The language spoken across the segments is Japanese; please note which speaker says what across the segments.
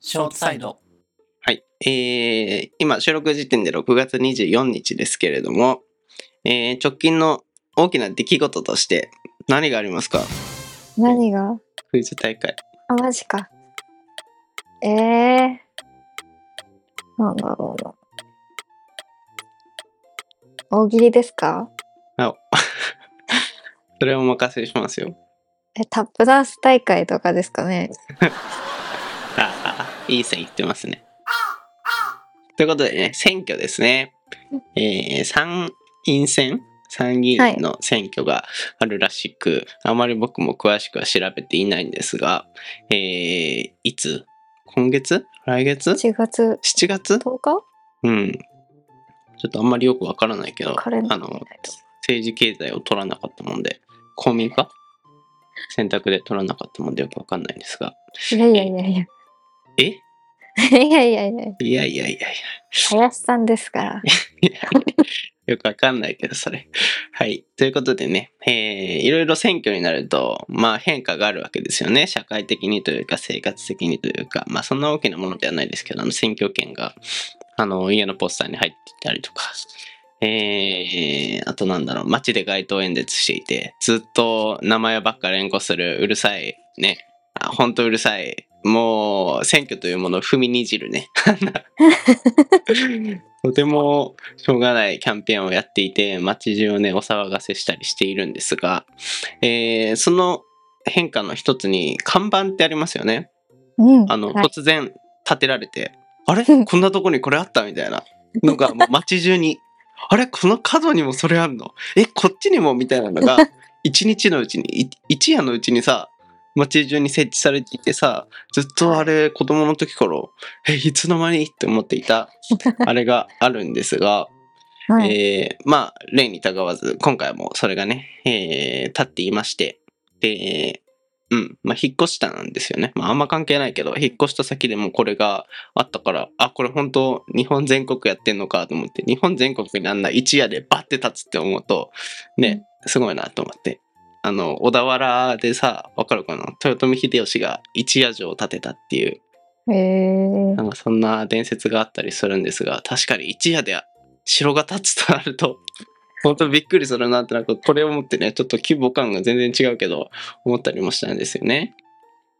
Speaker 1: ショートサイド。
Speaker 2: はい。えー今、収録時点で6月24日ですけれども、えー直近の大きな出来事として何がありますか
Speaker 3: 何が
Speaker 2: クイズ大会。
Speaker 3: あ、マジか。ええー。なんだろうな。大喜利ですか
Speaker 2: あおそれをお任せしますよ。
Speaker 3: え、タップダンス大会とかですかね
Speaker 2: ああ、いい線いってますね。ということでね、選挙ですね。えー参院選参議院の選挙があるらしく、あまり僕も詳しくは調べていないんですが、えーいつ今月来月
Speaker 3: ?1 月
Speaker 2: ?7 月
Speaker 3: 10日
Speaker 2: うん。ちょっとあんまりよくわからないけど、
Speaker 3: カレンダ
Speaker 2: あ
Speaker 3: ー見ない
Speaker 2: の
Speaker 3: と、
Speaker 2: 政治経済を取らなかったもんで、公民か選択で取らなかったもんでよくわかんないんですが。
Speaker 3: いやいやいやいや。
Speaker 2: え
Speaker 3: いやいやいやいや。
Speaker 2: いやいやいやい
Speaker 3: 林さんですから。
Speaker 2: や。よくわかんないけど、それ。 はい。ということでね、えー、いろいろ選挙になると、まあ変化があるわけですよね。社会的にというか、生活的にというか、まあそんな大きなものではないですけど、あの選挙権が、あの、家のポスターに入っていたりとか、えー、あとなんだろう、街で街頭演説していて、ずっと名前ばっか連呼するうるさいね、あほんとうるさい、もう選挙というものを踏みにじるね。 とてもしょうがないキャンペーンをやっていて、街中をね、お騒がせしたりしているんですが、えーその変化の一つに、看板ってありますよね。
Speaker 3: うん。
Speaker 2: あの、
Speaker 3: はい、
Speaker 2: 突然立てられ て、あれこんなとこにこれあったみたいなのが、もう街中に、あれこの角にもそれあるのえ、こっちにもみたいなの が、一日のうちに、い一夜のうちにさ、街中に設置されていてさ、ずっとあれ、子供の時から、え、いつの間にって思ってい た、あれがあるんですが、
Speaker 3: はい
Speaker 2: えーまあ例にたがわず今回もそれがね、えー立っていましてでうんまあ引っ越したんですよね、まあ、あんま関係ないけど引っ越した先でもこれがあったからあこれ本当日本全国やってんのかと思って日本全国にあんな一夜でバッて立つって思うとねすごいなと思ってあの小田原でさわかるかな豊臣秀吉が一夜城を建てたっていう
Speaker 3: えー
Speaker 2: なんかそんな伝説があったりするんですが確かに一夜で城が建つとなると 本当びっくりするなってなんかこれをもってねちょっと規模感が全然違うけど思ったりもしたんですよね。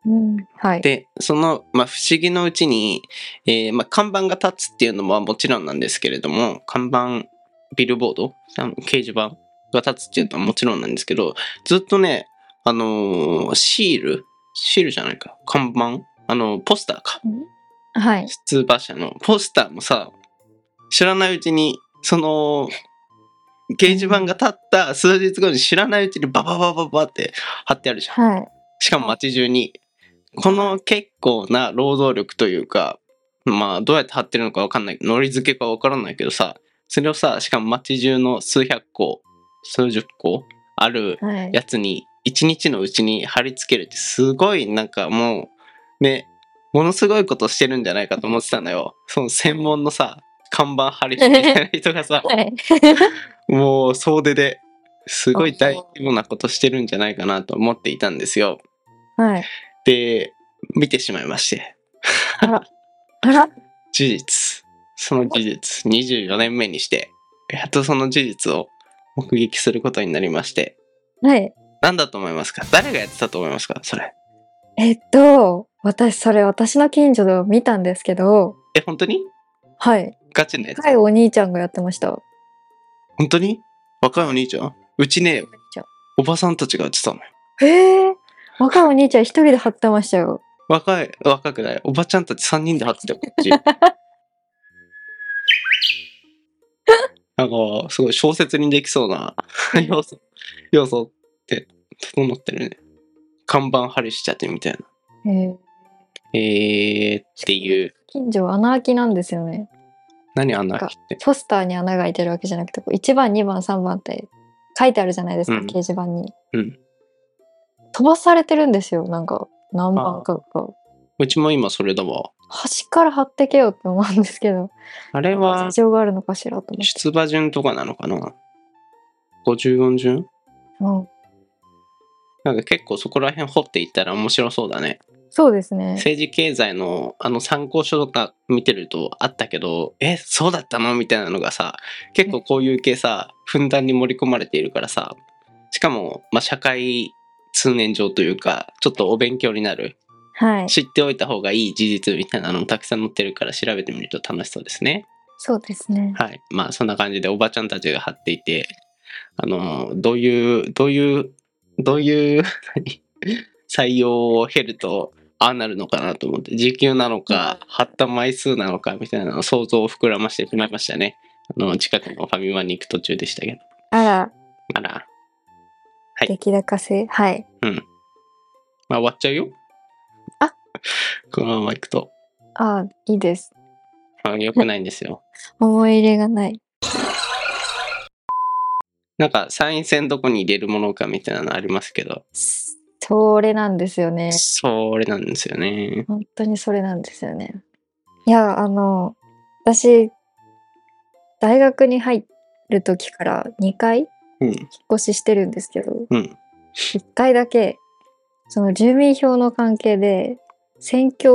Speaker 3: うん。はい。
Speaker 2: でその、まあ、不思議のうちに、えーまあ、看板が立つっていうのももちろんなんですけれども看板ビルボードあの掲示板が立つっていうのはもちろんなんですけどずっとねあのーシールシールじゃないか看板あのポスターか
Speaker 3: はい。
Speaker 2: 出馬者のポスターもさ知らないうちにその掲示板が立った数日後に知らないうちにババババババって貼ってあるじゃん
Speaker 3: はい。
Speaker 2: しかも街中にこの結構な労働力というかまあどうやって貼ってるのか分かんないのり付けか分からないけどさそれをさしかも街中の数百個数十個ある
Speaker 3: はい。
Speaker 2: やつに一日のうちに貼り付けるってすごいなんかもうねものすごいことしてるんじゃないかと思ってたのよその専門のさ看板貼り付けみたいな人が さ
Speaker 3: はい。
Speaker 2: もう総出ですごい大規模なことしてるんじゃないかなと思っていたんですよ
Speaker 3: はい。
Speaker 2: で見てしまいまして
Speaker 3: あら
Speaker 2: 事実その事実24年目にしてやっとその事実を目撃することになりまして
Speaker 3: はい。
Speaker 2: 何だと思いますか誰がやってたと思いますかそれ
Speaker 3: えっと、私、それ私の近所で見たんですけど、
Speaker 2: え本当に
Speaker 3: はい。
Speaker 2: ガチのやつ
Speaker 3: 若いお兄ちゃんがやってました。
Speaker 2: 本当に若いお兄ちゃんうちね、おばさんたちがやってたのよ。
Speaker 3: へえ若いお兄ちゃん一人で貼ってましたよ。
Speaker 2: 若い、若くない。おばちゃんたち3人で張ってたよこっち。なんか、すごい小説にできそうな 要素、要素って整ってるね。看板張りしちゃってみたいな。
Speaker 3: えー、
Speaker 2: えー、っていう。
Speaker 3: 近所は穴開きなんですよね。
Speaker 2: 何あんなって。
Speaker 3: ポスターに穴が開いてるわけじゃなくて、こう1番、2番、3番って書いてあるじゃないですか、
Speaker 2: うん
Speaker 3: 掲示板に。
Speaker 2: うん
Speaker 3: 飛ばされてるんですよ、なんか、何番かが。
Speaker 2: うちも今それだわ。
Speaker 3: 端から貼ってけよって思うんですけど、
Speaker 2: あれは
Speaker 3: 事情があるのかしらと思って。
Speaker 2: 出馬順とかなのかな ?54 順
Speaker 3: うん
Speaker 2: なんか結構そこら辺掘っていったら面白そうだね。
Speaker 3: そうですね。
Speaker 2: 政治経済のあの参考書とか見てるとあったけどえそうだったのみたいなのがさ結構こういう系さふんだんに盛り込まれているからさしかも、まあ、社会通念上というかちょっとお勉強になる
Speaker 3: はい。
Speaker 2: 知っておいた方がいい事実みたいなのもたくさん載ってるから調べてみると楽しそうですね。
Speaker 3: そうですね。
Speaker 2: はい。まあ、そんな感じでおばちゃんたちが張っていて、あの、どういう、どういう、どういう、何 採用を経ると、ああなるのかなと思って、時給なのか、貼った枚数なのか、みたいなのを想像を膨らましてしまいましたね。あの、近くのファミマに行く途中でしたけど。
Speaker 3: あら、
Speaker 2: あら、い
Speaker 3: 出来高制。はい。
Speaker 2: まあ、終わっちゃうよ。
Speaker 3: あ
Speaker 2: このまま行くと。
Speaker 3: ああ、いいです。
Speaker 2: あよくないんですよ。
Speaker 3: 思い入れがない。
Speaker 2: なんか、参院選どこに入れるものかみたいなのありますけど、
Speaker 3: それなんですよね。
Speaker 2: それなんですよね。
Speaker 3: 本当にそれなんですよね。いや、あの、私、大学に入る時から2回引っ
Speaker 2: うん。
Speaker 3: 越ししてるんですけど、
Speaker 2: うん。
Speaker 3: 1回だけ、その住民票の関係で、選挙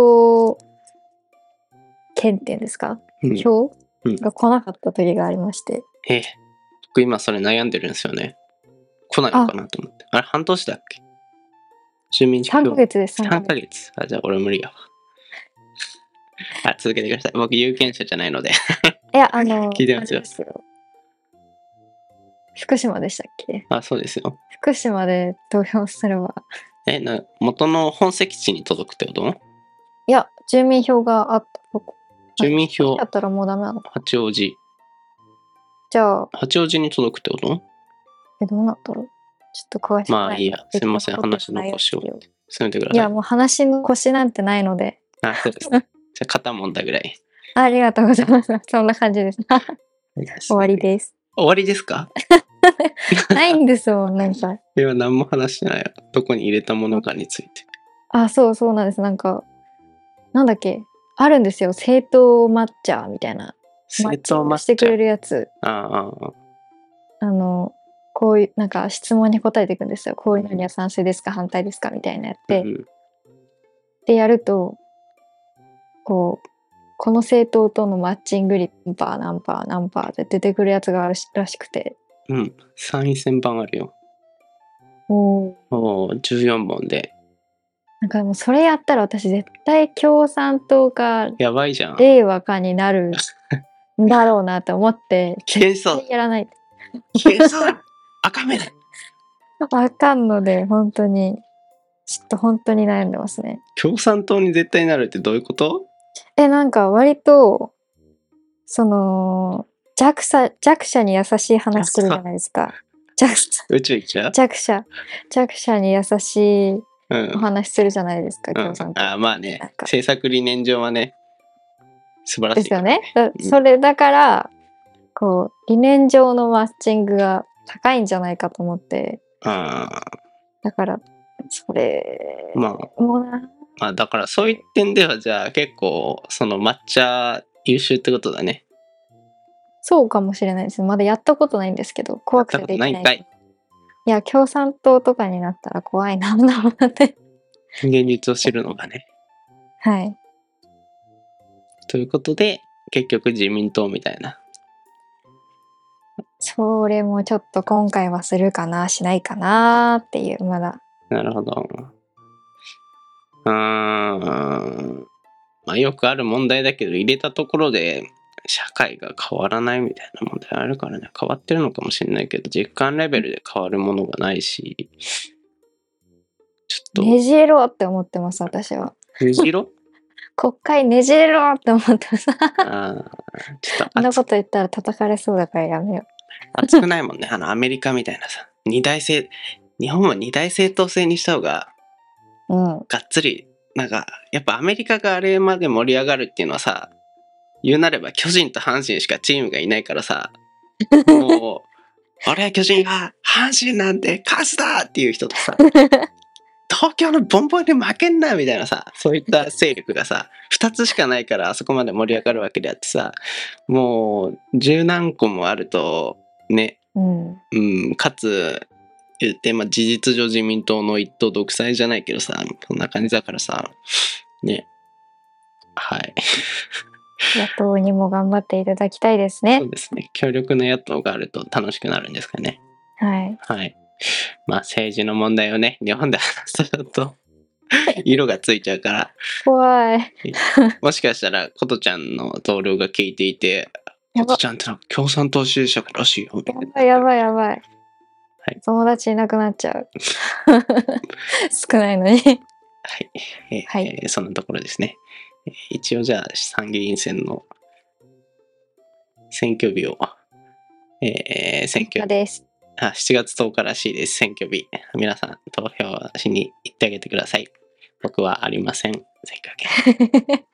Speaker 3: 権っていうんですか、
Speaker 2: うん
Speaker 3: 票
Speaker 2: うん
Speaker 3: が来なかった時がありまして。
Speaker 2: え、僕今それ悩んでるんですよね。来ないのかなと思って。あれ、半年だっけ住民
Speaker 3: 3ヶ月です、
Speaker 2: 3
Speaker 3: 3
Speaker 2: ヶ
Speaker 3: ヶ
Speaker 2: 月。
Speaker 3: 月。
Speaker 2: あ、じゃあ俺無理やわ。 あ、続けてください。僕、有権者じゃないので。
Speaker 3: いや、あの、
Speaker 2: 聞いてますよ
Speaker 3: あれですよ。福島でしたっけ
Speaker 2: あ、そうですよ。
Speaker 3: 福島で投票すれば。
Speaker 2: え、な元の本籍地に届くってこと
Speaker 3: いや、住民票があったとこ。
Speaker 2: 住民票
Speaker 3: だ、ったらもうダメなのか。
Speaker 2: 八王子。
Speaker 3: じゃあ、
Speaker 2: 八王子に届くってこと
Speaker 3: えどうなったろうちょっと詳しくない。
Speaker 2: まあいいやすいません話の腰を進めてくだ
Speaker 3: い
Speaker 2: さ
Speaker 3: や、
Speaker 2: い。
Speaker 3: もう話の腰なんてないので。
Speaker 2: あ、そうです。じゃあ、肩もんだぐらい。
Speaker 3: ありがとうございます。 そんな感 じです。終
Speaker 2: 終
Speaker 3: わり。です。
Speaker 2: 終わりです か
Speaker 3: ないんで すもん、なんか。
Speaker 2: いや、何も話してない。どこに入れたものかについて。
Speaker 3: あ、そうそうなんです。なんか、なんだっけ。あるんですよ。政党抹茶みたいな。
Speaker 2: 正当抹
Speaker 3: 抹茶してくれ
Speaker 2: る。
Speaker 3: るやつ。
Speaker 2: ああ、
Speaker 3: あの、こういう、なんか質問に答えていくんですよ。こういうのには賛成ですか、反対ですかみたいなやって。
Speaker 2: うん
Speaker 3: でやるとこうこの政党とのマッチング率何パー何パー何パーって出てくるやつがあるしらしくて
Speaker 2: うん、参院選版あるよ。
Speaker 3: お
Speaker 2: おお、14本で。
Speaker 3: なんかもうそれやったら私絶対共産党か
Speaker 2: やばいじゃん。
Speaker 3: 令和かになるんだろうなと思 って
Speaker 2: 消えそう。
Speaker 3: やらない
Speaker 2: 消えそう。赤目だ。
Speaker 3: あかんので本当にちょっと本当に悩んでますね
Speaker 2: 共産党に絶対なるってどういうこと
Speaker 3: えなんか割とその弱者弱者に優しい話するじゃないですか弱者
Speaker 2: 宇宙行っちゃう
Speaker 3: 弱者弱者に優しい
Speaker 2: うん。
Speaker 3: お話しするじゃないです
Speaker 2: う
Speaker 3: か、共産
Speaker 2: ん、
Speaker 3: 党
Speaker 2: あーまあね
Speaker 3: なん、か
Speaker 2: 政策理念上はね、素晴らしい。
Speaker 3: ですよね。だ
Speaker 2: うん
Speaker 3: それだからこう理念上のマッチングが高いんじゃないかと思って
Speaker 2: ああ、
Speaker 3: だからそれ
Speaker 2: まあ、
Speaker 3: もうな
Speaker 2: まあ、だからそういう点では、じゃあ結構、その抹茶優秀ってことだね。
Speaker 3: そうかもしれないですまだやったことないんですけど怖くてできな
Speaker 2: や
Speaker 3: い
Speaker 2: ったことないん
Speaker 3: いや共産党とかになったら怖いなだろうなって
Speaker 2: 現実を知るのがね。
Speaker 3: はい
Speaker 2: ということで、結局自民党みたいな。
Speaker 3: それもちょっと今回はするかなしないかなっていうまだ
Speaker 2: なるほど。うーん。まあよくある問題だけど、入れたところで社会が変わらないみたいな問題あるからね、変わってるのかもしれないけど、実感レベルで変わるものがないし、ちょっ
Speaker 3: ねじれろって思ってます私は。
Speaker 2: と、虹色
Speaker 3: 国会ねじれろって思ってさ
Speaker 2: ああ、ちょっ
Speaker 3: そん
Speaker 2: と
Speaker 3: なこ
Speaker 2: 熱
Speaker 3: と言ったら叩かれそうだからやめよ
Speaker 2: 熱くないもんね。あの、アメリカみたいなさ、二大政、日本は二大政党制にした方が
Speaker 3: う。うん。
Speaker 2: がっつりなんかやっぱアメリカがあれまで盛り上がるっていうのはさ言うなれば巨人と阪神しかチームがいないからさもう俺は巨人が阪神なんて勝つだっていう人とさ東京のボンボンに負けんなみたいなさそういった勢力がさ2つしかないからあそこまで盛り上がるわけであってさもう十何個もあるとね
Speaker 3: うん。
Speaker 2: うん、かつ言って、まあ、事実上自民党の一党独裁じゃないけどさ、そんな感じだからさ、ね。はい。
Speaker 3: 野党にも頑張っていただきたいですね
Speaker 2: そう。ですね。強力な野党があると楽しくなるんですかね。
Speaker 3: はい。
Speaker 2: はい。まあ、政治の問題をね、日本で話すと、色がついちゃうから、
Speaker 3: 怖い。
Speaker 2: もしかしたら、琴ちゃんの同僚が聞いていて、
Speaker 3: やば
Speaker 2: 琴ちゃんってなんか共産党支持者らしいよ。みた
Speaker 3: や
Speaker 2: いな
Speaker 3: ばいやばいやばい。
Speaker 2: はい
Speaker 3: 友達いなくなっちゃ う。少ないの
Speaker 2: は
Speaker 3: に。
Speaker 2: い。えー
Speaker 3: はい
Speaker 2: えーそんなところですね。えー一応じゃあ参議院選の選挙日を、えー選挙
Speaker 3: です。
Speaker 2: あ、7月10日らしいです。選挙日。皆さん投票しに行ってあげてください。僕はありません。選挙権。